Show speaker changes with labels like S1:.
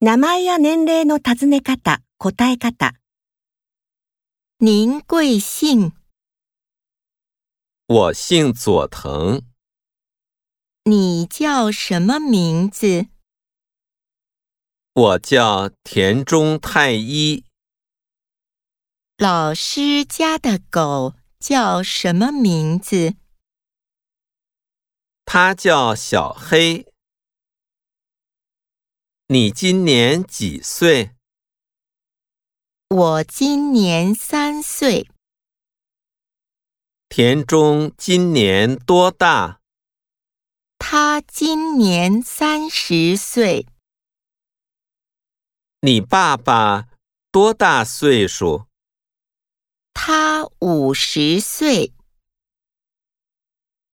S1: 名前や年齢の尋ね方、答え方、
S2: 您贵姓？
S3: 我姓佐藤，
S2: 你叫什么名字？
S3: 我叫田中太一，
S2: 老师家的狗叫什么名字？
S3: 他叫小黑。你今年几岁？
S2: 我今年三岁，
S3: 田中今年多大？
S2: 他今年三十岁。
S3: 你爸爸多大岁数？
S2: 他五十岁。